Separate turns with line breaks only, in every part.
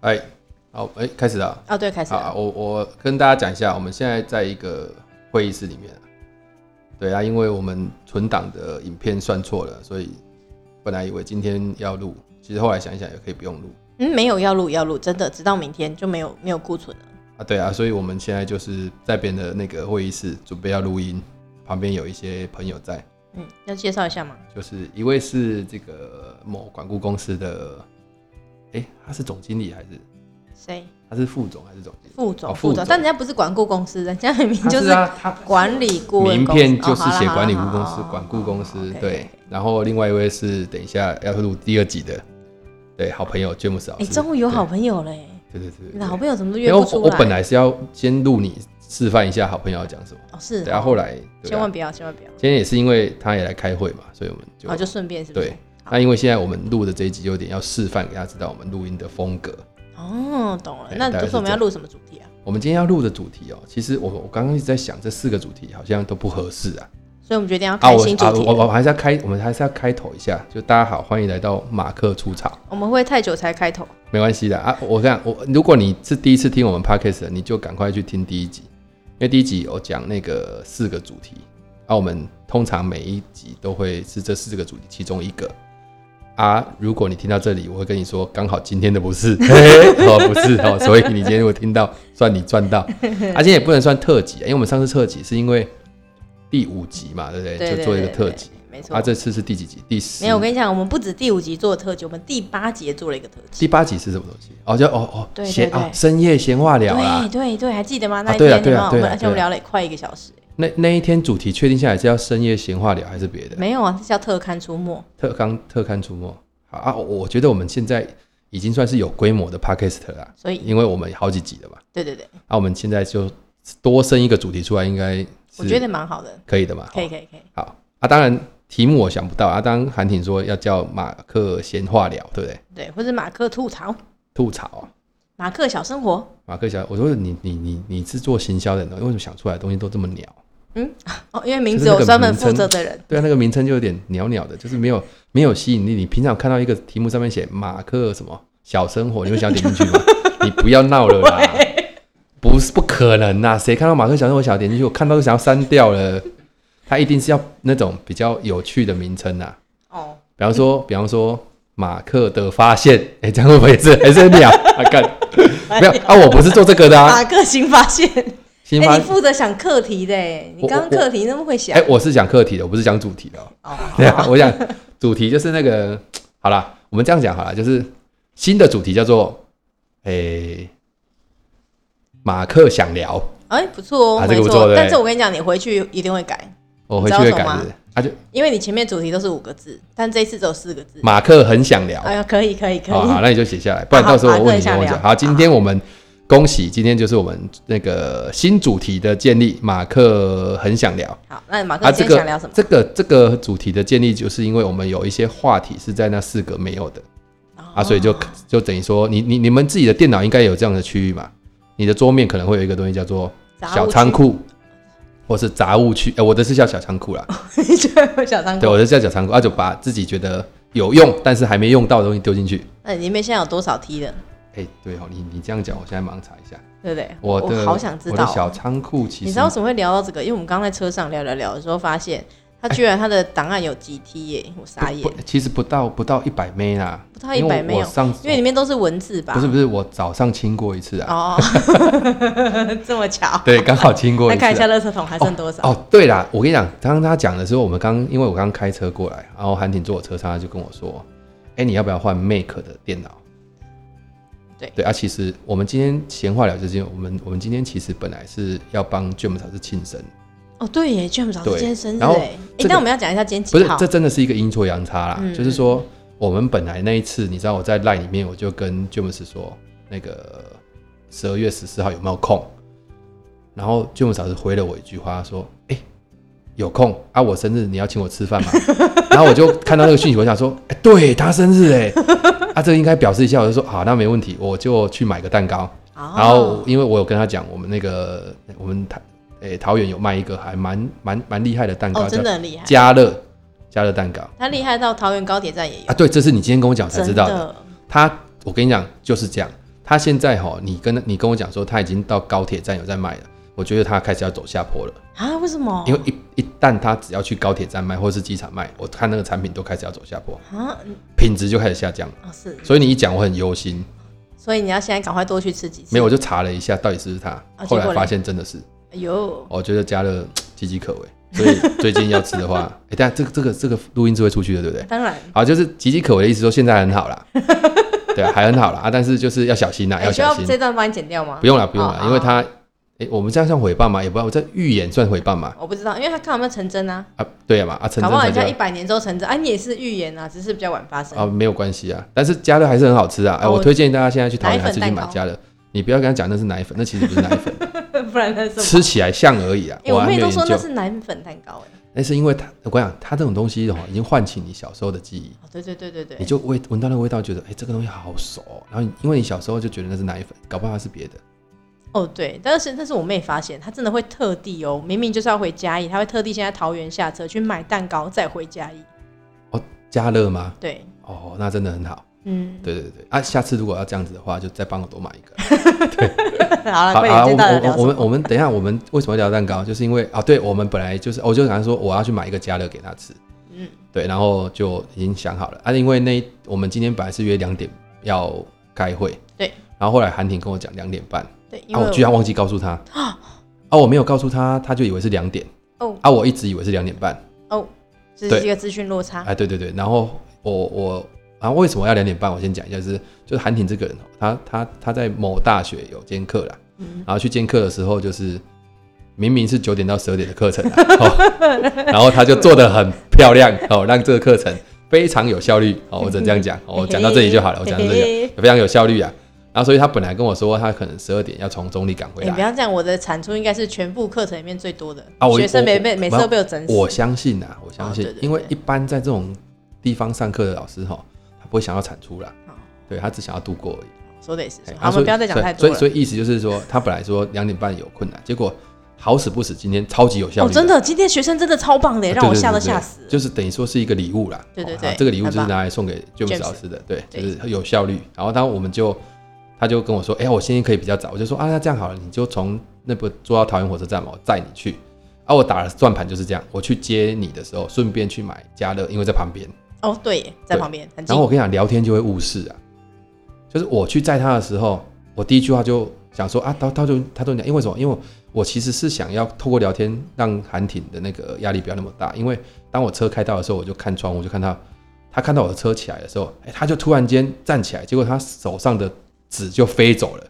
哎，好，哎，开始啊了。
哦，对，开始
好，
了。
我我跟大家讲一下，我们现在在一个会议室里面啊。对啊，因为我们存档的影片算错了，所以本来以为今天要录，其实后来想一想也可以不用录
嗯，没有要录要录，真的，直到明天就没有没有库存了。
啊。对啊，所以我们现在就是在别人的那个会议室准备要录音，旁边有一些朋友在，
嗯，要介绍一下吗？
就是一位是这个某管顾公司的，哎、他是总经理还是
谁？
他是副总还是总经理？
副总，
哦副
副总，但人家不是管顾公司， 人家明明就
他是
是
啊，他
管理顾问
名
公司
片就
哦
是
好啦
写
好啦
管理顾
好啦
公
好
司
啦，
管顾公司
OK，OK，OK
对。然后另外一位是等一下要录第二集的，对，好朋友詹姆斯老
你
师。
哎终于有好朋友嘞！
对对对
你
对
的好
对。
朋友怎么都
因
约
为
不
我
出来？
我本来是要先录你示范一下好朋友要讲什么，
哦是哦，
对啊，后来对
千
啊
万，不要，千万不要，
今天也是因为他也来开会嘛，所以我们就
然后就顺便是不是？
对。那因为现在我们录的这一集有点要示范给大家知道我们录音的风格。
哦，懂了。
哎
那
大概
就是是我们
这
要
样
录什么主题啊？
我们今天要录的主题哦，其实我我刚刚一直在想，这四个主题好像都不合适啊。
所以我们决定要
啊，
开
我
新主
啊，
题
我
了。
我还是要开，我们还是要开头一下，就大家好，欢迎来到马克出场，
我们会太久才开头，
没关系的啊。我这样，我如果你是第一次听我们 podcast，的你就赶快去听第一集，因为第一集我讲那个四个主题，啊，我们通常每一集都会是这四个主题其中一个。啊，如果你听到这里，我会跟你说，刚好今天的不 是，嘿嘿哦，不是哦，所以你今天如果听到，算你赚到。而且也不能算特辑，啊因为我们上次特辑是因为第五集嘛，对不对？
对
就
对
做一个
对
特
对
辑。
没错
啊，。这次是第几集？第十。
没有，我跟你讲，我们不止第五集做了特辑，我们第八集也做了一个特辑。
第八集是什么东西？哦，叫哦哦，
对对
闲
对
啊，深夜闲话聊啦
对。对对，还记得吗？那一
对啊
天你
对啊
们我
对啊
们而且我们
对啊
聊了快一个小时，
那那一天主题确定下来是要深夜闲话聊还是别的？
没有啊，这叫特刊出没。
特刊特刊出没。好啊，我我觉得我们现在已经算是有规模的 podcast 了啦，
所以，
因为我们好几集了嘛。
对对对，
那、我们现在就多生一个主题出来，应该
我觉
是
得蛮好的，
可以的嘛。
可以可以可以。
好啊，当然题目我想不到啊，当然韩挺说要叫马克闲话聊，对不对？
对，或者马克吐槽，
吐槽啊。
马克小生活。
马克小，我说你你你你是做行销的人，为什么想出来的东西都这么鸟？
哦，因为名字
就是那
有
个
专门
名
负
称
责的人，
对啊，那个名称就有点鸟鸟的，就是没有没有吸引力。你平常看到一个题目上面写马克什么小生活，你会想点进去吗？你不要闹了啦，不是不可能啦，谁看到马克小生活想点进去？我看到都想要删掉了。他一定是要那种比较有趣的名称啊，
哦，
比方说，比方说马克的发现，哎、这样会不会是还是鸟？啊，干，没有啊，我不是做这个的啊。
马克新发现。
新
哎、
发
你负责想课题的哎，你
我
刚刚
我
课题那么会想
哎、我是讲课题的，我不是讲主题 的、哦。
哦，
对啊，我想主题就是那个，好啦，我们这样讲好了，就是新的主题叫做，诶、马克想聊，
哎、不错哦，
啊这
没
个不错
错。
对
但是我跟你讲，你回去一定会改，
我回去会
你知道
改
什么吗
的，他、啊、就
因为你前面主题都是五个字，但这一次只有四个字。
马克很想聊，
哎呀，可以可以可以，
好好，那你就写下来，不然到时候
好
我
好
问你，
马克
我
很想
讲。
聊
好，今天我们恭喜，今天就是我们那个新主题的建立，马克很想聊。
好那马克
啊，
今
这
天想聊什
个
么？
这个这个主题的建立，就是因为我们有一些话题是在那四个没有的，啊，所以
哦
就就等于说，你你你们自己的电脑应该有这样的区域嘛？你的桌面可能会有一个东西叫做小仓，库，或是杂物区。哎、我的是叫小仓库啦，
杂物区你觉得有小仓
对，
库？
我的是叫小仓库，啊，就把自己觉得有用但是还没用到的东西丢进去。
那哎你里面现在有多少 T 了？
哎、对哦，你你这样讲，我现在马上查一下。
对不对？
我
我
的
好想知
我的
道哦、
小仓库其
你
实
知道为什么会聊到这个？因为我们刚刚在车上聊聊聊的时候，发现他居然他的档案有几 T 耶，我傻眼
不，不其实不到不到一百枚啦，
不到
因为
100
我
枚
我
哦
上
因为里面都是文字吧？
不是不是，我早上清过一次啊，
哦， 这么巧。
对，刚好清过
那
一次
看一
啊、
下垃圾桶还剩多少？
哦，对啦，我跟你讲，刚刚他讲的时候，我们刚因为我刚开车过来，然后韩挺坐我车上，他就跟我说：“哎、你要不要换 Make 的电脑？”
对
对啊，其实我们今天闲话聊这些，我们我们今天其实本来是要帮 James 老师庆生，
哦，对耶，James 老师
对
今天生日
然后
哎，
这
哎，
个
那我们要讲一下今天
不
几
是
号？哦
这真的是一个阴错阳差啦，
嗯
就是说我们本来那一次，你知道我在 Line 里面我就跟 James 说那个十二月十四号有没有空，然后 James 老师回了我一句话说：“哎、有空啊，我生日你要请我吃饭吗？” 然后我就看到那个讯息，我想说：“哎、对他生日哎、啊，这个应该表示一下。”我就说：“好，那没问题，我就去买个蛋糕。”然后
哦，
因为我有跟他讲，我们那个我们台诶、桃园有卖一个还蛮蛮蛮厉害的蛋糕，
哦，
叫
真的很厉害，
加热加热蛋糕啊
他厉害到桃园高铁站也有
啊，，对，这是你今天跟我讲才
真
知道的。
的。
他，我跟你讲就是这样，他现在哈，你跟你跟我讲说他已经到高铁站有在卖了，我觉得他开始要走下坡了，
啊？为什么？
因为一一旦他只要去高铁站卖或是机场卖，我看那个产品都开始要走下坡，
啊，嗯
品质就开始下降了。
哦是，
所以你一讲，我很忧心。
所以你要现在赶快多去吃几次。
没有，我就查了一下到底是不是他，
啊
后
结
来
果嘞
发现真的是。哦
哎呦，
我觉得加热岌岌可危，所以最近要吃的话， 哎、但这个这个这个录音是会出去的，对不对？
当然，
好，就是岌岌可危的意思，说现在很好啦， 对啊，还很好啦啊，但是就是要小心啦，
哎
要
需
小
要
心，
这段帮你剪掉吗
不？用啦，不用啦
哦，
因为
哦
他，哎、我们这样算诽谤吗？也不知道，我这预言算诽谤吗？
我不知哦道，因为他看有没有成真啊，
啊，对嘛，啊，成
搞
真
不好人
才
家一
叫
百年之后成真，哎，你也是预言啊，只是比较晚发生。
啊，没有关系啊，但是加热还是很好吃啊，哎、
哦
我
我
推荐大家现在去桃园
奶
还是
粉
去
蛋
买
糕
加热，你不要跟他讲那是奶粉，那其实不是奶粉，
不然 那是什么？
吃起来像而已啊，
哎，我
还没
妹
有
都
研
说
究
那，是奶粉蛋糕哎。
那是因为它，我跟你讲，它这种东西的话，已经唤起你小时候的记忆。
哦，对对对对对
你，就味闻到那个味道，觉得哎、这个东西好熟哦、然后你因为你小时候就觉得那是奶粉，搞不好它是别的。
哦对，但是但是我妹发现，她真的会特地哦，明明就是要回嘉义，她会特地先在桃园下车去买蛋糕，再回嘉义。
加热吗？
对，
哦，那真的很好。
嗯，
对对对啊，下次如果要这样子的话，就再帮我多买一个。
好了，
好
快
啊，我
点，知道了
们
聊
我
什
们
么？
我们等一下，我们为什么要聊蛋糕？就是因为啊，对我们本来就是，我就跟他说我要去买一个加热给他吃。
嗯，
对，然后就已经想好了啊，因为那一我们今天本来是约两点要开会，
对，
然后后来韩婷跟我讲两点半，
对，因
啊，
为
我居然忘记告诉 他，啊，我没有告诉他，他就以为是两点，
哦
啊，我一直以为是两点半。
这
对
是一个资讯落差。
哎，对对对，然后我我啊，为什么要两点半？我先讲一下，就是就是韩挺这个人哦，他他他在某大学有兼课啦，
嗯
然后去兼课的时候，就是明明是九点到十二点的课程、啊 哦，然后他就做的很漂亮哦，让这个课程非常有效率哦，我只能这样讲， 哦我讲到这里就好了，我讲到这里就好
里。
非常有效率啊。然后所以他本来跟我说，他可能十二点要从中立赶回
你、
来
哎不，要这样，我的产出应该是全部课程里面最多的。
啊我
学生
我
没被每次都被我整死。哦
我相信啊，我相信，
哦对对对
因为一般在这种地方上课的老师哈，他不会想要产出啦，
哦
对他只想要度过而已。
说的也是，
哎
说好，我
所以
们不要再讲太多
所以
了。
所以所以意思就是 说，他本来说两点半有困难，结果好死不死今天超级有效率、啊
哦，真。的，今天学生真的超棒的，
对
让我
对对
吓都
对
吓死了。
就是等于说是一个礼物啦，
对对
哦
对
啊这个礼物就是
很棒
拿来送给 James
James
老师的，对，就
对
是很有效率。然后当我们就，他就跟我说，哎、我今天可以比较早，我就说啊，那这样好了，你就从那个坐到桃园火车站嘛，我载你去。啊，我打了转盘就是这样，我去接你的时候，顺便去买家乐，因为在旁边。
哦，对耶，在旁边很近
然后。我跟你讲，聊天就会误事啊。就是我去载他的时候，我第一句话就想说啊，他他就他都讲，因为什么？因为我我其实是想要透过聊天让韩挺的那个压力不要那么大。因为当我车开到的时候，我就看窗户，我就看他，他看到我的车起来的时候，哎、他就突然间站起来，结果他手上的纸就飞走了。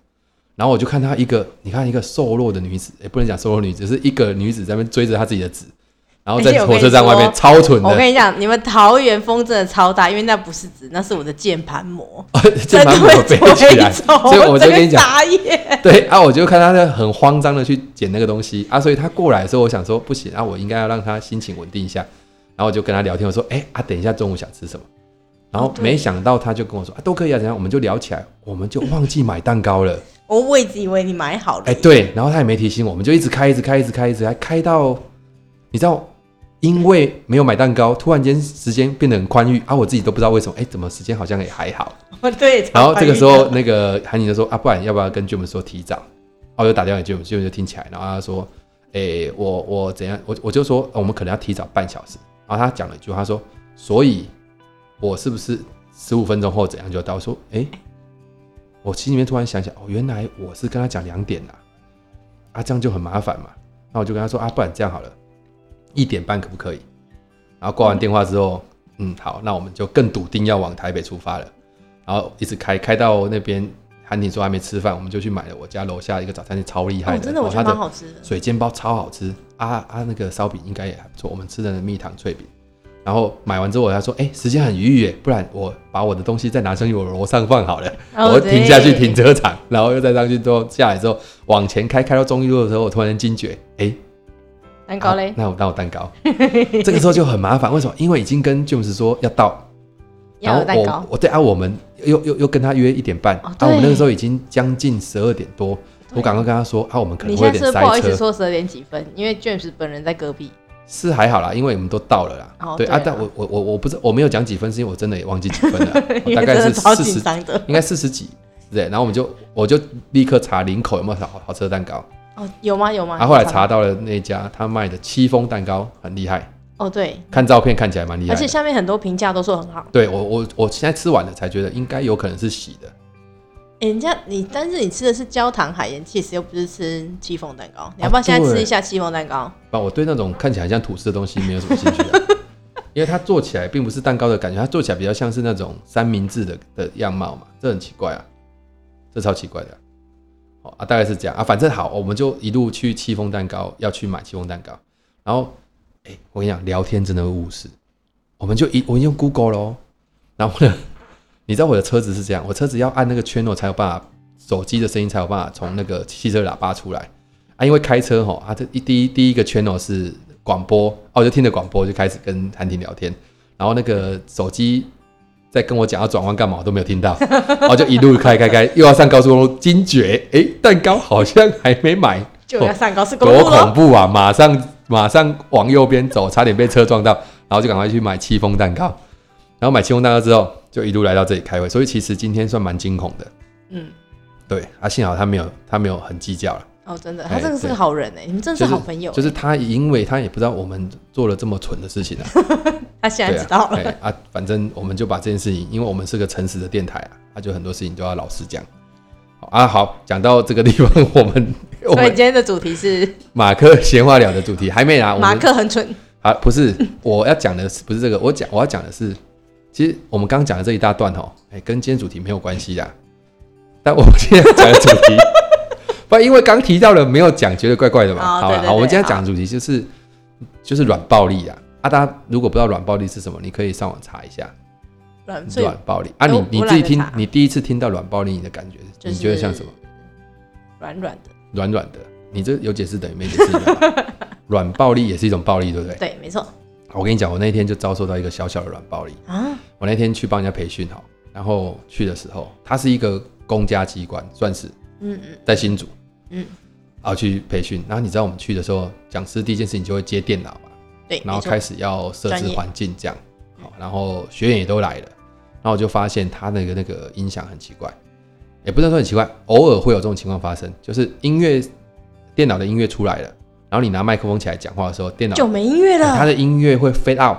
然后我就看他一个，你看一个瘦弱的女子，哎也不能讲瘦弱女子，就是一个女子在那边追着她自己的纸，然后
而且
在
我跟
火
你
车站外面
说
超蠢的
我，跟你讲，你们桃园风真的超大，因为那不是纸，那是我的键盘膜，
键
的
盘
会
膜飞
吹
起来，
走。
所以我就
整个
跟你讲，
傻眼。
对啊，我就看他在很慌张的去捡那个东西啊，所以他过来的时候，我想说不行啊，我应该要让他心情稳定一下，然后我就跟他聊天，我说哎、啊，等一下中午想吃什么？然后
哦对
没想到他就跟我说啊，都可以啊，怎样？我们就聊起来，我们就忘记买蛋糕了。
我我一直以为你买好了。
哎、对，然后他也没提醒我，我们就一直开，一直开，一直开，一直开，开到你知道，因为没有买蛋糕，突然间时间变得很宽裕啊，我自己都不知道为什么，哎、怎么时间好像也还好。
对， 对。
然后这个时候，
超
那个韩宁就说啊，不然要不要跟 Jim 说提早？然后我就打电话给 Jim，Jim 就听起来，然后他说，诶、我我怎样？我我就说、呃我们可能要提早半小时。然后他讲了一句话，他说，所以我是不是十五分钟后怎样就到？我说，诶、我心里面突然想想，哦，原来我是跟他讲两点啦、啊，这样就很麻烦嘛。那我就跟他说啊，不然这样好了，一点半可不可以？然后挂完电话之后，嗯，好，那我们就更笃定要往台北出发了。然后一直开开到那边，韩婷说还没吃饭，我们就去买了我家楼下一个早餐店，超厉害
哦，
的，
真的我觉
它
得蛮
的
好吃的。
水煎包超好吃啊啊，那个烧饼应该也还不错，我们吃的蜜糖脆饼。然后买完之后，他说：“哎、时间很余裕耶，不然我把我的东西再拿上去我楼上放好了。”
哦
我停下去停。
对
车场，然后又再上去之后下来之后往前开，开到中一路的时候，我突然间惊觉，哎、
蛋糕嘞
啊，那我那我蛋 糕，这个时候就很麻烦，为什么？因为已经跟 James 说要到，然
要
后
有蛋糕
我。我对啊，我们又又又跟他约一点半，
哦
啊，我们
对
那个时候已经将近十二点多，我赶快跟他说啊，我们可
你
能会有
现在是
点
不好
塞
意思
车，
说十二点几分，因为 James 本人在隔壁。
是还好啦，因为我们都到了啦，
哦
对
对
啊
啊，，
但我我我我不知我没有讲几分，是因为我真的也忘记几分了 我
因
哦大
为
概
真的
是
超
四
紧
十
张的。
应该四十几之类，然后我们就我就立刻查林口有没有好好吃的蛋糕，
哦，有吗？有吗？
然啊后后来查到了那家他卖的戚风蛋糕很厉害，
哦，对，
看照片看起来蛮厉害
而
的
且，下面很多评价都说很好。
对我我我现在吃完了才觉得应该有可能是洗的，
诶哎人家你，但是你吃的是焦糖海盐 cheese，又不是吃戚风蛋
哦
糕。你要不要现在吃一下戚风蛋糕？
不然我对那种看起来像吐司的东西没有什么兴趣、啊，因为它做起来并不是蛋糕的感觉，它做起来比较像是那种三明治的的样貌嘛，这很奇怪啊，这超奇怪的啊、哦啊，大概是这样啊，反正好，我们就一路去戚风蛋糕，要去买戚风蛋糕，然后哎、我跟你讲，聊天真的会误事，我们就一我们用 Google 咯，然后呢，你知道我的车子是这样，我车子要按那个圈，我哦才有办法，手机的声音才有办法从那个汽车喇叭出来。啊，因为开车吼，啊，这一第一第一个 channel 是广播，哦、我就听着广播就开始跟韩婷聊天，然后那个手机在跟我讲要转弯干嘛，我都没有听 到，然后就一路开开开，又要上高速公路，惊觉诶，蛋糕好像还没买，
就
哦
要上高速公
多
路
恐
了。
怖啊！马上马上往右边走，差点被车撞到，然后就赶快去买戚风蛋糕，然后买戚风蛋糕之后，就一路来到这里开会，所以其实今天算蛮惊恐的，
嗯，
对啊，幸好他没有他没有很计较了。
哦，真的，
哎
他真的是个好人哎、你们真的是好朋友、欸
就是他，因为他也不知道我们做了这么蠢的事情啊，
他 现
对
在知道了。
啊哎啊，反正我们就把这件事情，因为我们是个诚实的电台啊，他、就很多事情都要老实讲。好啊，好，讲到这个地方，我们我
所
们
以今天的主题是
马克闲话聊的主题还没啦，我
马
们
克很蠢，
啊不是我要讲的是不是这个，我讲我要讲的是，其实我们刚刚讲的这一大段哦，哎，跟今天主题没有关系啦。但我们现在讲的主题， 不，因为刚提到了没有讲，觉得怪怪的嘛。
哦
好
对
啦
对
好，我们
对
今天
好
讲的主题就是就是软暴力啊。啊，大家如果不知道软暴力是什么，你可以上网查一下
软所以
软暴力啊。
哎
你
我
你
我
自己
懒得
听
查，
你第一次听到软暴力，你的感觉，
就
你觉得
是
像什么？
软软的。
软软的，你这有解释等于没解释一样 嘛。软暴力也是一种暴力，对不对？
对，没错
好我跟你讲，我那天就遭受到一个小小的软暴力。
啊，
我那天去帮人家培训哈，然后去的时候，它是一个公家机关，算是
嗯嗯
在新竹，
嗯，
然后去培训。然后你知道我们去的时候，讲师第一件事情就会接电脑嘛，
对，
然后
没错
开始要设
专
置
业
环境这样，好，然后学员也都来了，然后我就发现他那个那个音响很奇怪，也不能说很奇怪，偶尔会有这种情况发生，就是音乐电脑的音乐出来了，然后你拿麦克风起来讲话的时候，电脑
就没音乐
它
了
的音乐会 fade out。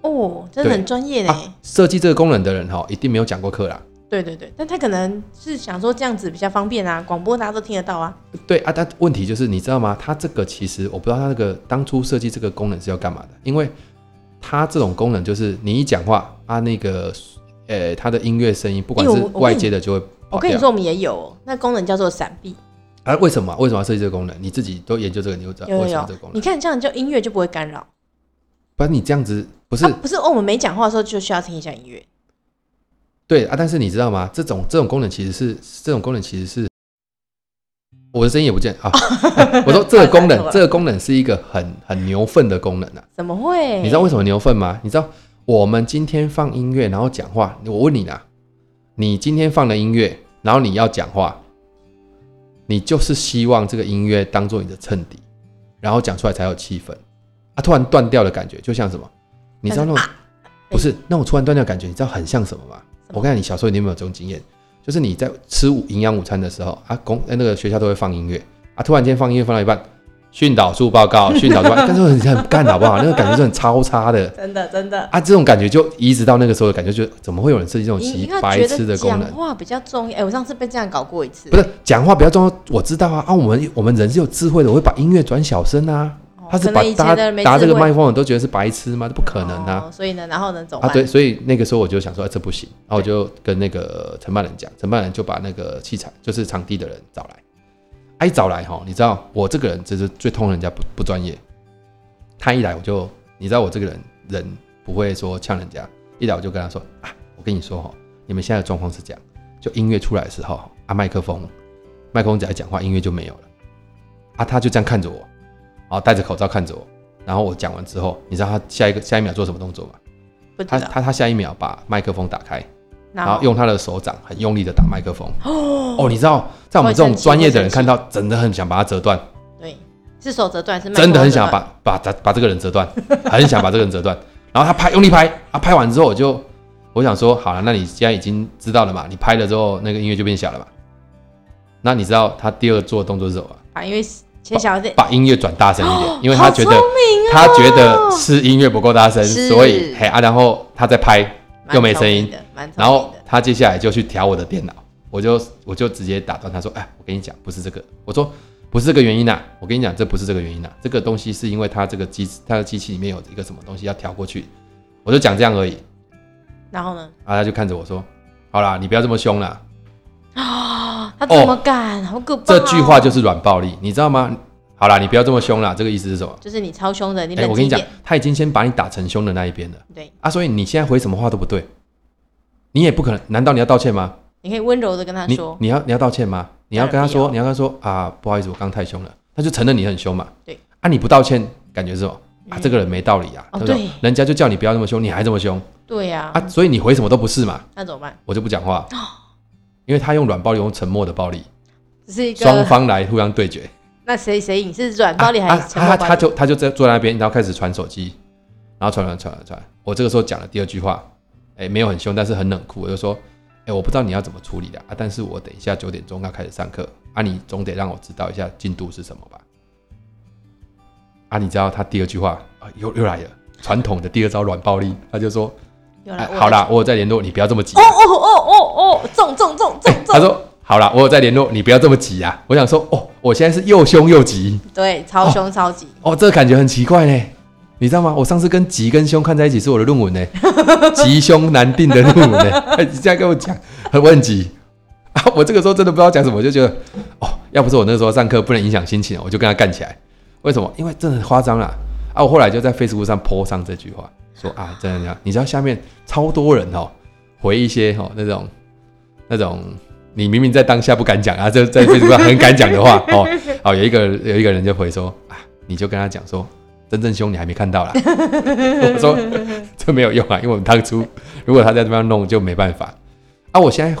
哦，真的很专业呢、
啊，设计这个功能的人哈，一定没有讲过课啦。
对对对，但他可能是想说这样子比较方便啊，广播大家都听得到啊。
对啊，但问题就是你知道吗？它这个其实我不知道它那个当初设计这个功能是要干嘛的，因为它这种功能就是你一讲话啊，那个呃它的音乐声音，不管
哎
是
我我跟你
外接的就会
我
跑
跟你
掉。
说，我们也有哦那功能叫做闪避，
啊，为什么啊？为什么要设计这个功能？你自己都研究这个，你就知道
有啊有
为什么
有
这个功，
你
能。
看这样就音乐就不会干扰。
不然你这样子不是、
啊，不是哦，我们没讲话的时候就需要听一下音乐。
对啊？但是你知道吗？这种这种功能其实是这种功能其实是我的声音也不见啊。 我说这个 功
太难
能，
了
这个功能是一个很很牛粪的功能啊。
怎么会？
你知道为什么牛粪吗？你知道我们今天放音乐，然后讲话。我问你啦，你今天放的音乐，然后你要讲话，你就是希望这个音乐当做你的衬底，然后讲出来才有气氛。啊，突然断掉的感觉，就像什么？你知道那种、
啊
不是那种突然断掉的感觉，你知道很像什么吗？
什么
我看你小时候你有没有这种经验？就是你在吃午营养午餐的时候啊，公呃那个学校都会放音乐啊，突然间放音乐放到一半，训导处报 告，训导处报告，但是很很干好不好？那个感觉是很超差的
真的真的，
啊，这种感觉就移植到那个时候的感觉，就怎么会有人设计这种
你
奇
你要
白
觉
痴
得
的功能
讲？话比较重要。哎、我上次被这样搞过一次。
不是讲话比较重要，我知道啊啊，我们我们人是有智慧的，我会把音乐转小声啊。
哦，
他是
可
把
能以
搭
前的人没
搭这
智
个
慧
麦克风的都觉得是白痴吗？这不可能啊！
哦所以呢，然后呢，怎么
啊，
办？
对，所以那个时候我就想说，哎、这不行，然后我就跟那个承办人讲，承办人就把那个器材，就是场地的人找来，哎、一找来哈，你知道我这个人就是最痛人家不不专业，他一来我就，你知道我这个人人不会说呛人家，一来我就跟他说啊，我跟你说哈，你们现在的状况是这样，就音乐出来的时候啊，麦克风，麦克风只要一讲话，音乐就没有了，啊，他就这样看着我，然后戴着口罩看着我，然后我讲完之后，你知道他下一个下一秒做什么动作吗？
不
他
知道。
他他下一秒把麦克风打开，
然
然后用他的手掌很用力的打麦克风。哦，你知道，在我们这种
会生气
专业的
会
人
生气
看到，真的很想把它折断，
对，是手折断，是麦克
真的很
风折
想
断
把把把把这个人折断，很想把这个人折断。然后他拍用力拍，啊，拍完之后我就我我想说，好了，那你既然已经知道了嘛，你拍了之后那个音乐就变小了嘛。那你知道他第二做的动作是什么吗？
啊，因为切小点，
把音乐转大声一点，因为他
好
觉
聪
得
明哦，
他觉得是音乐不够大声，
是
所以嘿啊，然后他在拍，
蛮
又没
聪明
声音
的，蛮聪
然
明
后
的，
他接下来就去调我的电脑，我就我就直接打断他说：“哎，我跟你讲，不是这个。”我说：“不是这个原因呐、我跟你讲，这不是这个原因呐、这个东西是因为它这个机它的机器里面有一个什么东西要调过去。”我就讲这样而已，
然后呢？
然后他就看着我说：“好啦，你不要这么凶啦，
啊，他怎么敢？好可怕！
哦
哦
这句话就是软暴力，你知道吗？好啦，你不要这么凶啦，这个意思是什么？
就是你超凶的，你
哎、
冷
我跟
静
你
一
讲
点，，
他已经先把你打成凶的那一边了
对，
啊，所以你现在回什么话都不对，你也不可能，难道你要道歉吗？
你可以温柔的跟他
你
说，
你要你要道歉吗？你要跟他说，你要跟他说啊，不好意思，我刚刚太凶了，他就承认你很凶嘛。
对
啊，你不道歉，感觉是什么？啊，
嗯
这个人没道理啊，
哦
对不对？
对
人家就叫你不要那么凶，你还这么凶
对呀，
啊，所以你回什么都不是嘛，
那怎么办？
我就不讲话，
哦
因为他用软暴力，用沉默的暴力，
只是一
双
个，
方来互相对决。
那谁谁赢是软暴力还
啊
是沉
他他
默暴
他
力？
就他就在坐在那边，然后开始传手机，然后传传传传传。我这个时候讲了第二句话，哎、没有很凶，但是很冷酷，我就说，哎、我不知道你要怎么处理的啊，但是我等一下九点钟要开始上课啊，你总得让我知道一下进度是什么吧？啊，你知道他第二句话啊，又又来了，传统的第二招软暴力，他就说，
有
哎
啦，我
好啦，我有在联络，你不要这么急啊
哦，哦哦哦哦，中中中中
他
中，
说。好啦，我有在联络，你不要这么急啊！我想说，哦，我现在是又凶又急，
对，超凶超级，
哦，这个感觉很奇怪呢，你知道吗？我上次跟吉跟凶看在一起是我的论文呢，吉凶难定的论文呢。哎你这样跟我讲，很问急啊！我这个时候真的不知道讲什么，我就觉得哦，要不是我那时候上课不能影响心情，我就跟他干起来。为什么？因为真的很夸张啦！啊，我后来就在 Facebook 上 po 上这句话，说啊，这样这样，你知道下面超多人哦，回一些哦那种那种。你明明在当下不敢讲啊，在在 Facebook 上很敢讲的话哦，好有一个有一个人就回说啊，你就跟他讲说，真正凶你还没看到啦。 我说这没有用啊，因为我们当初如果他在这边弄就没办法啊。我现在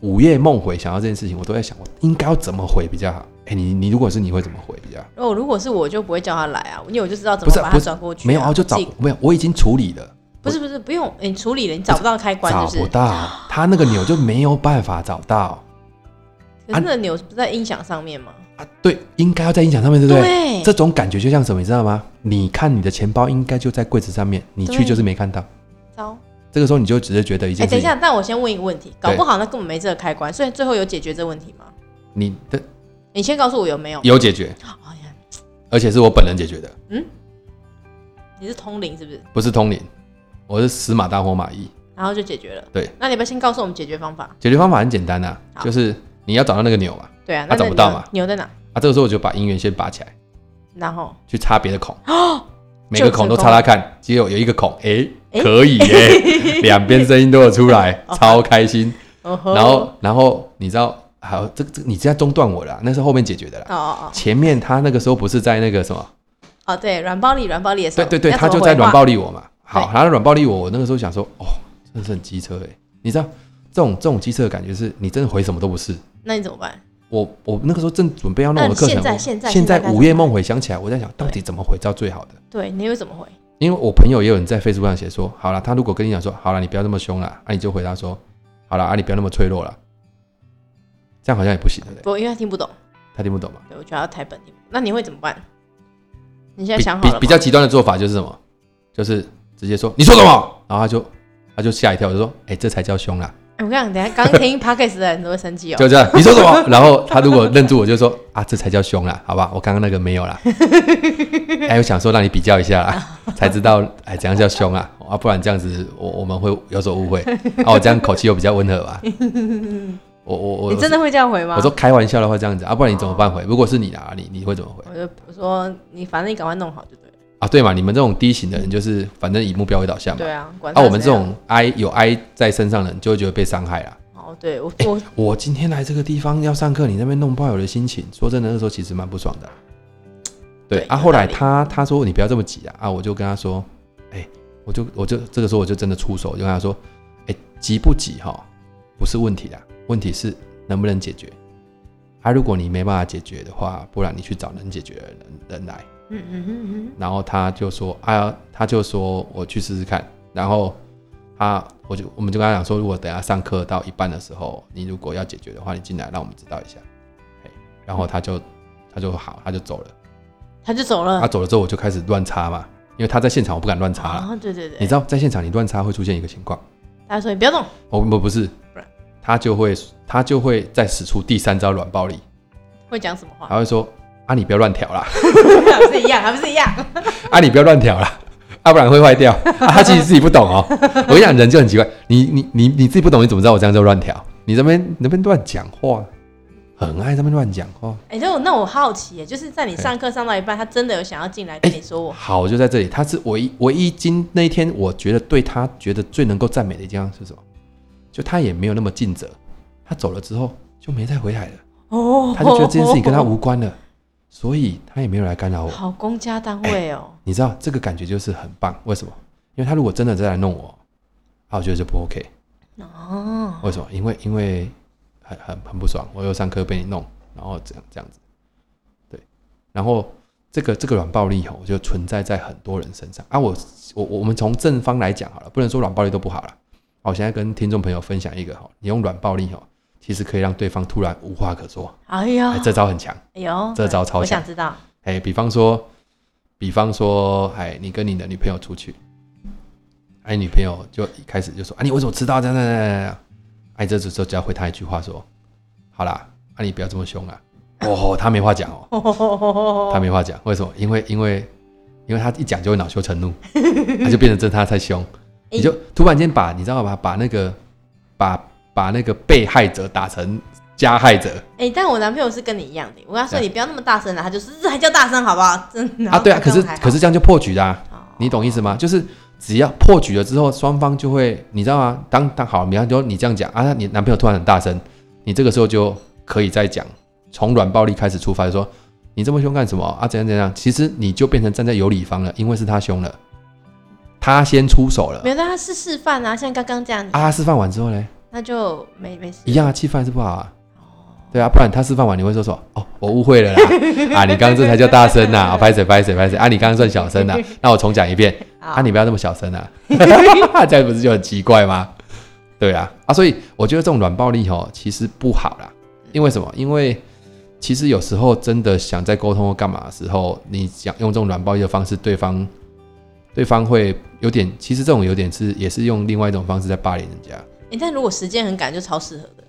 午夜梦回想到这件事情，我都在想我应该要怎么回比较好。哎、你你如果是你会怎么回比较好？
哦，如果是我就不会叫他来啊，因为我就知道怎
不
么
是
把
不
他
是
转过去啊。
没有啊，就找
自己
没有，我已经处理了，
不是不是不用，你处理了，你找不到开关，
找
就是
不到
啊
他那个钮就没有办法找到
可是那钮不是在音响上面吗？
啊。对，应该要在音响上面，对不对？
对，
这种感觉就像什么，你知道吗？你看你的钱包应该就在柜子上面，你去
对
就是没看到。
糟。
这个时候你就只是觉得一件
哎，
事
等一
情，
下，但我先问一个问题，搞不好那根本没这个开关，所以最后有解决这问题吗？
你的
你先告诉我有没有？
有解决，
哎呀，
而且是我本人解决的，
你是通灵是不是？
不是通灵，我是死马当活马医。
然后就解决了。
对，
那你要不要先告诉我们解决方法？
解决方法很简单啊，
好
就是你要找到那个钮嘛，
对啊，
他
那
找不到嘛
牛在哪？
啊，这个时候我就把音源先拔起来，
然后
去插别的孔， 每
就
个
这
孔都
个
插插看，只有有一个孔，哎、
哦诶哦
可以耶、 两边声音都有出来，超开心。
然后
然后，然后你知道，好，这个这个你这样中断我了啊、那是后面解决的啦。
哦哦
前面他那个时候不是在那个什么？
哦哦，对，软暴力，软暴力的时
对
候，
对对，
要
他
怎
就
么
在
回
软
话
暴力我嘛。好，
对
他软暴力我，我那个时候想说，哦，真的是很机车哎、你知道这种这种机车的感觉是，你真的回什么都不是。
那你怎么办？
我我那个时候正准备要弄我的课程，
那
我
你现在现在
现在
现在该
午夜梦回想起来，我在想到底怎么回到最好的。
对，你会怎么回？
因为我朋友也有人在 Facebook 上写说，好了，他如果跟你讲说，好了，你不要那么凶了，啊，你就回答说，好了，啊，你不要那么脆弱了，这样好像也不行，对不对？
不，因为他听不懂，
他听不懂嘛。
对我觉得他台本听不懂。那你会怎么办？你现在
比
想好了
比
吗
比较极端的做法就是什么？就是直接说你说什么，然后他就他就吓一跳，就说，哎、这才叫凶啦。
哎我跟你讲，等一下刚听 podcast 的人都会生气哦。
就这样，你说什么？ 然后他如果认住我，就说啊，这才叫凶啦，好吧？我刚刚那个没有 啦。哎，我想说让你比较一下啦，才知道哎怎样叫凶啦，啊，不然这样子我我们会有所误会。啊，我这样口气又比较温和吧？ 我我我，
你真的会这样回吗？哦
我说开玩笑的话这样子啊，不然你怎么办回？如果是你啊，你你会怎么回
我就我说你反正你赶快弄好就对了。
啊？对嘛，你们这种低型的人就是反正以目标为导向嘛
对。啊，管他
啊，我们这
怎样
种 I 有 I 在身上的人就会觉得被伤害啦。
哦，对我
哎
我
我今天来这个地方要上课，你那边弄不好我的心情，说真的，那时候其实蛮不爽的啊、对
对
啊，
有
后来
道理
他他说你不要这么急啊，啊，我就跟他说，哎、我就我就这个时候我就真的出手，我就跟他说，哎、急不急哈、不是问题啦，问题是能不能解决。啊，如果你没办法解决的话，不然你去找能解决的人人来。
嗯嗯嗯嗯，
哎然后他就说，啊，他就说我去试试看。然后他我我就我们就跟他讲说，如果等一下上课到一半的时候，你如果要解决的话，你进来让我们知道一下。嘿然后他就他就好，他就走了。
他就走了
他。走了之后，我就开始乱插嘛，因为他在现场，我不敢乱啊插了。
啊，对对
你
对，
知道，在现场你乱插会出现一个情况，
他说你不要动，
哦不不是
不然，
他就会他就会再使出第三招软暴力，
会讲什么话？
他会说啊你不要乱挑啦，
还不是一样，还不是一样。
啊你不要乱挑啦，啊不然会坏掉。啊他其实自己不懂哦，我跟你讲人就很奇怪，你你你你自己不懂，你怎么知道我这样就乱挑？你这边你那边乱讲话，很爱这边乱讲话。
哎、那我那我好奇耶，就是在你上课上到一半，他真的有想要进来
哎
跟你说我，
好就在这里，他是唯一唯一今那一天，我觉得对他觉得最能够赞美的一件事是什么？就他也没有那么尽责，他走了之后就没再回来了。
哦，
他就觉得这件事情跟他无关了，所以他也没有来干扰我。
好公家单位哦、
你知道这个感觉就是很棒，为什么？因为他如果真的再来弄我，啊，我觉得就不 OK。
哦，
为什么？因为因为很很很不爽，我又上课被你弄，然后这样这样子，对。然后这个这个软暴力吼，我觉得存在在很多人身上啊。我我我我们从正方来讲好了，不能说软暴力都不好了。啊我现在跟听众朋友分享一个哈，你用软暴力吼，其实可以让对方突然无话可说，
哎呦，
哎，这招很强。
哎呦，
这招超强
我想知道，
哎，比方说，比方说，哎，你跟你的女朋友出去，哎，女朋友就一开始就说，啊，你为什么迟到？这样这样这样这样这样，哎，这时候只要回他一句话说，好啦，啊，你不要这么凶啊。哦，他没话讲哦，他没话讲，为什么？因为因为因为他一讲就会恼羞成怒，他就变成真他才凶，你就突然间把你知道吧，把那个把把那个被害者打成加害者
哎、但我男朋友是跟你一样的，我跟他说
对
你不要那么大声了，他就是这还叫大声好不好？真的
啊，对啊，可是可
是、
是这样就破局啦、
哦
你懂意思吗？就是只要破局了之后，双方就会，你知道吗？当当好，比方说你这样讲啊，你男朋友突然很大声，你这个时候就可以再讲，从软暴力开始出发，就说你这么凶干什么啊？怎样怎样？其实你就变成站在有理方了，因为是他凶了，他先出手了
没。有，但他是示范啊，像刚刚这样，
啊，他示范完之后呢，
那就没没事
一样啊，气氛还是不好啊。对啊，不然他示范完你会说什么？哦，我误会了啦！ 啊，你刚刚这才叫大声呐、啊，拍谁拍谁拍谁啊！你刚刚算小声呐、那我重讲一遍，
好
啊，你不要那么小声啊， 这样不是就很奇怪吗？对啊，啊，所以我觉得这种软暴力哦，其实不好啦。
嗯
因为什么？因为其实有时候真的想在沟通或干嘛的时候，你想用这种软暴力的方式，对方对方会有点，其实这种有点是也是用另外一种方式在霸凌人家，
哎、但如果时间很赶，就超适合的。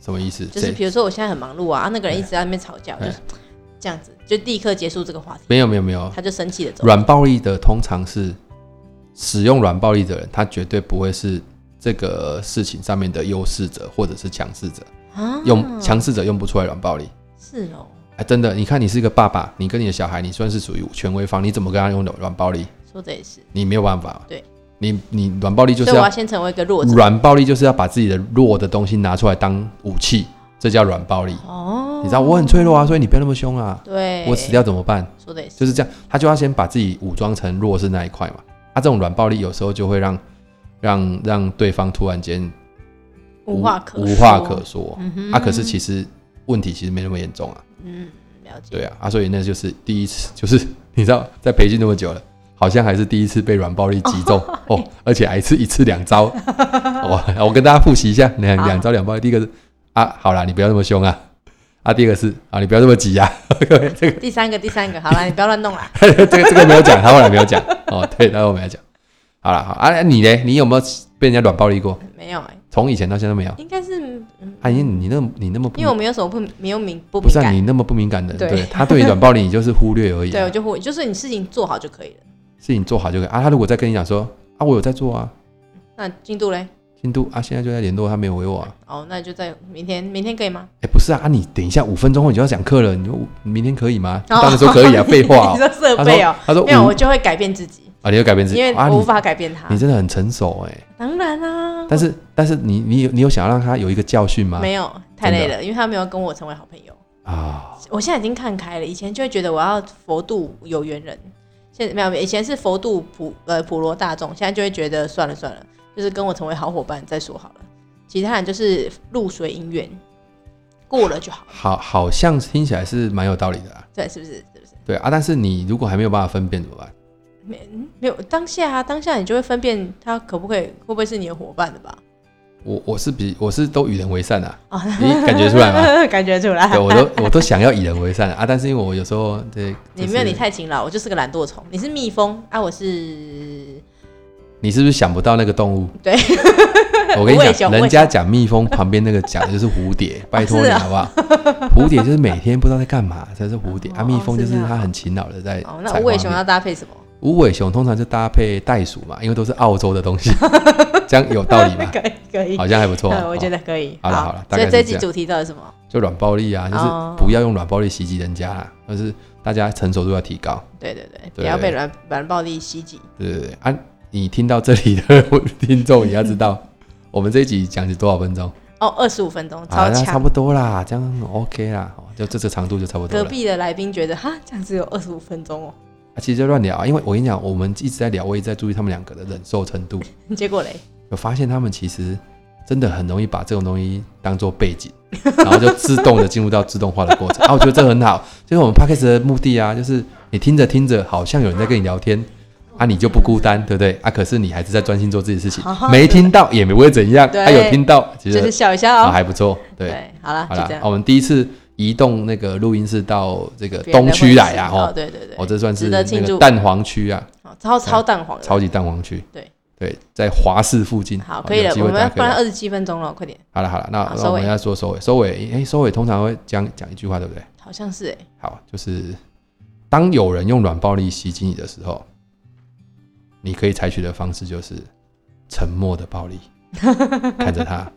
什么意思？
就是
谁
比如说我现在很忙碌啊，啊那个人一直在那边吵架，我
哎
就是这样子，就立刻结束这个话题，
没有没有没有，
他就生气了走。
软暴力的通常是使用软暴力的人，他绝对不会是这个事情上面的优势者或者是强势者。
啊
用强势者用不出来软暴力。
是哦，
哎，真的，你看你是一个爸爸，你跟你的小孩，你算是属于权威方，你怎么跟他用软软暴力？
说的也是，
你没有办法。
对，
你你软暴力就是
所以我要
要
先成为一个弱者
软暴力就是要把自己的弱的东西拿出来当武器，这叫软暴力。
哦。
你知道我很脆弱啊，所以你不要那么凶啊，
对，
我死掉怎么办？
说的也是，
就是这样，他就要先把自己武装成弱势那一块嘛。啊，这种软暴力有时候就会让让让对方突然间
无话可
无话可，说。
嗯哼
啊，可是其实问题其实没那么严重啊。
嗯了解，
对啊，啊，所以那就是第一次，就是你知道，在培训那么久了，好像还是第一次被软暴力击 中哦，而且还是一次两招。
哎
哦 我我跟大家复习一下，两
好
两招两暴力，第一个是啊，好啦，你不要那么凶啊。啊，第二个是啊，你不要这么急啊， 各位，这个
第三个第三个，好 了，你不要乱弄啦。
这个这个没有讲，他后来没有讲哦，对，他后来没有讲。好了，好啊，你呢？你有没有被人家软暴力过？
没有哎、
从以前到现在都没有。
应该是嗯，
啊，你你那你那么不
因为我没有什么不没有敏不
不
敏
是、啊、
感，
你那么不敏感的人，
对
对他对你软暴力，你就是忽略而已、啊。
对我就会就是你事情做好就可以了。
事情做好就可以啊。他如果再跟你讲说啊，我有在做啊，
那进度嘞？
进度啊，现在就在联络，他没有回我啊。
哦，那就在明天，明天可以吗？
哎、不是啊，啊你等一下五分钟后你就要讲课了，你说你明天可以吗？
哦
当然说可以 啊，废话、
你
哦。
说设
他
备
说
哦、
他说
没有，
五
我就会改变自己，
啊，你有改变自己
因为
啊，
我无
你
法改变他。
你真的很成熟哎、
当然啦、
但是啊但是你你有你有想要让他有一个教训吗？
没有太累了，因为他没有跟我成为好朋友。
啊，
我现在已经看开了，以前就会觉得我要佛度有缘人，现在没有，以前是佛度普呃普罗大众，现在就会觉得算了算了，就是跟我成为好伙伴再说好了。其他人就是露水姻缘，过了就好，
好好像听起来是蛮有道理的啊。啊
对，是不是？是不是？
对啊，但是你如果还没有办法分辨怎么办？
没没有当下啊，当下你就会分辨他可不可以，会不会是你的伙伴的吧？
我我是比我是都与人为善啊，
哦
你感觉出来吗？
感觉出来
对，。我都我都想要以人为善啊，但是因为我有时候对，
你
就是
没有你太勤劳，我就是个懒惰虫。你是蜜蜂啊，我是
你是不是想不到那个动物？
对，
我跟你
我也
讲，
想
人家讲蜜蜂旁边那个讲的就是蝴 蝶，拜托
是
你
啊
好不好？蝴蝶就是每天不知道在干嘛，才是蝴蝶啊。
哦
蜜蜂就是是
这样
它很勤劳的在
哦，
采
那无尾
花
熊
蜜
要搭配什么？
无尾熊通常就搭配袋鼠嘛，因为都是澳洲的东西， 这样有道理吧？
可以可以，
好像还不错、
嗯我觉
哦
得可以。
好了好了大
所
概
以
是
这
这
集
样
主题到底是什么？
就软暴力啊，
哦
就是不要用软暴力袭击人家啦，就是大家成熟度要提高。
对对对，
对
不要被软软暴力袭击。
对对对啊，你听到这里的 听众也要知道，我们这一集讲是多少分钟？
哦，二十五分钟，
啊，
超
那差
强。
不多啦，这样 OK 啦，哦就这这长度就差不多了。
隔壁的来宾觉得哈，这样只有二十五分钟哦，
啊，其实就乱聊啊，因为我跟你讲，我们一直在聊，我也在注意他们两个的忍受程度，
结果嘞，
我发现他们其实真的很容易把这种东西当做背景， 然后就自动的进入到自动化的过程。啊，我觉得这很好，就是我们 p a c k a g e 的目的啊，就是你听着听着，好像有人在跟你聊天。啊，你就不孤单，对不对？啊，可是你还是在专心做自己的 事情
好，好
没听到也没会怎样。
哦对
啊，有听到，其
就是
实
笑一笑
啊
哦。
还不错，对。
对，好了，
好
就
啦
这，样
啊。我们第一次移动那个录音室到这个
别人
东
的
区
婚
来
事
啊，
哦，
哦，
对对对，
哦，这算是
值
那
得庆
个
祝
蛋黄区啊，
好超超蛋黄的，
超级蛋黄区。
对
对，在华市附近。
好，
哦
可
有
以了，
机
我
会
们
大
要
家可
不
以
然
来。
二十七分钟了，快点，
好了好了，那
好
那
收
我们
尾
要说收尾，收尾，哎，收尾通常会讲讲一句话，对不对？
好像是哎，
好，就是当有人用软暴力袭击你的时候，你可以采取的方式就是沉默的暴 力，看着他，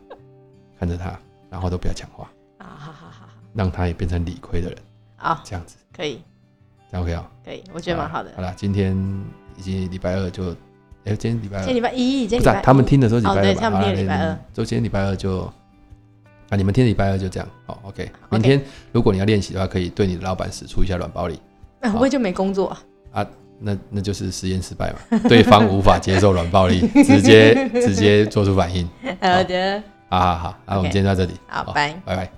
看着他，然后都不要讲话，
啊，好好好
让他也变成理亏的人，
好，好，
这样子，
可以
这样 OK 啊？
可以，我觉得蛮好的。
好啦，嗯今天已经礼拜二就，哎、今天礼拜
今
二
天礼拜一，今天
不
礼
是啊、
拜一
他们听的时候是礼
哦
拜二
对
吧？
他们
好啦
听的礼拜，
那
二
你就今天礼拜二就啊，你们听礼拜二就这样。好，OK。
好
明
OK
天如果你要练习的话，可以对你的老板使出一下软暴力，
啊 我也就没工作 啊，
那那就是实验失败嘛， 对方无法接受软暴力，直接直接做出反应。
好的，
好好好，那我们
OK
今天到这里，
好，拜。
拜拜。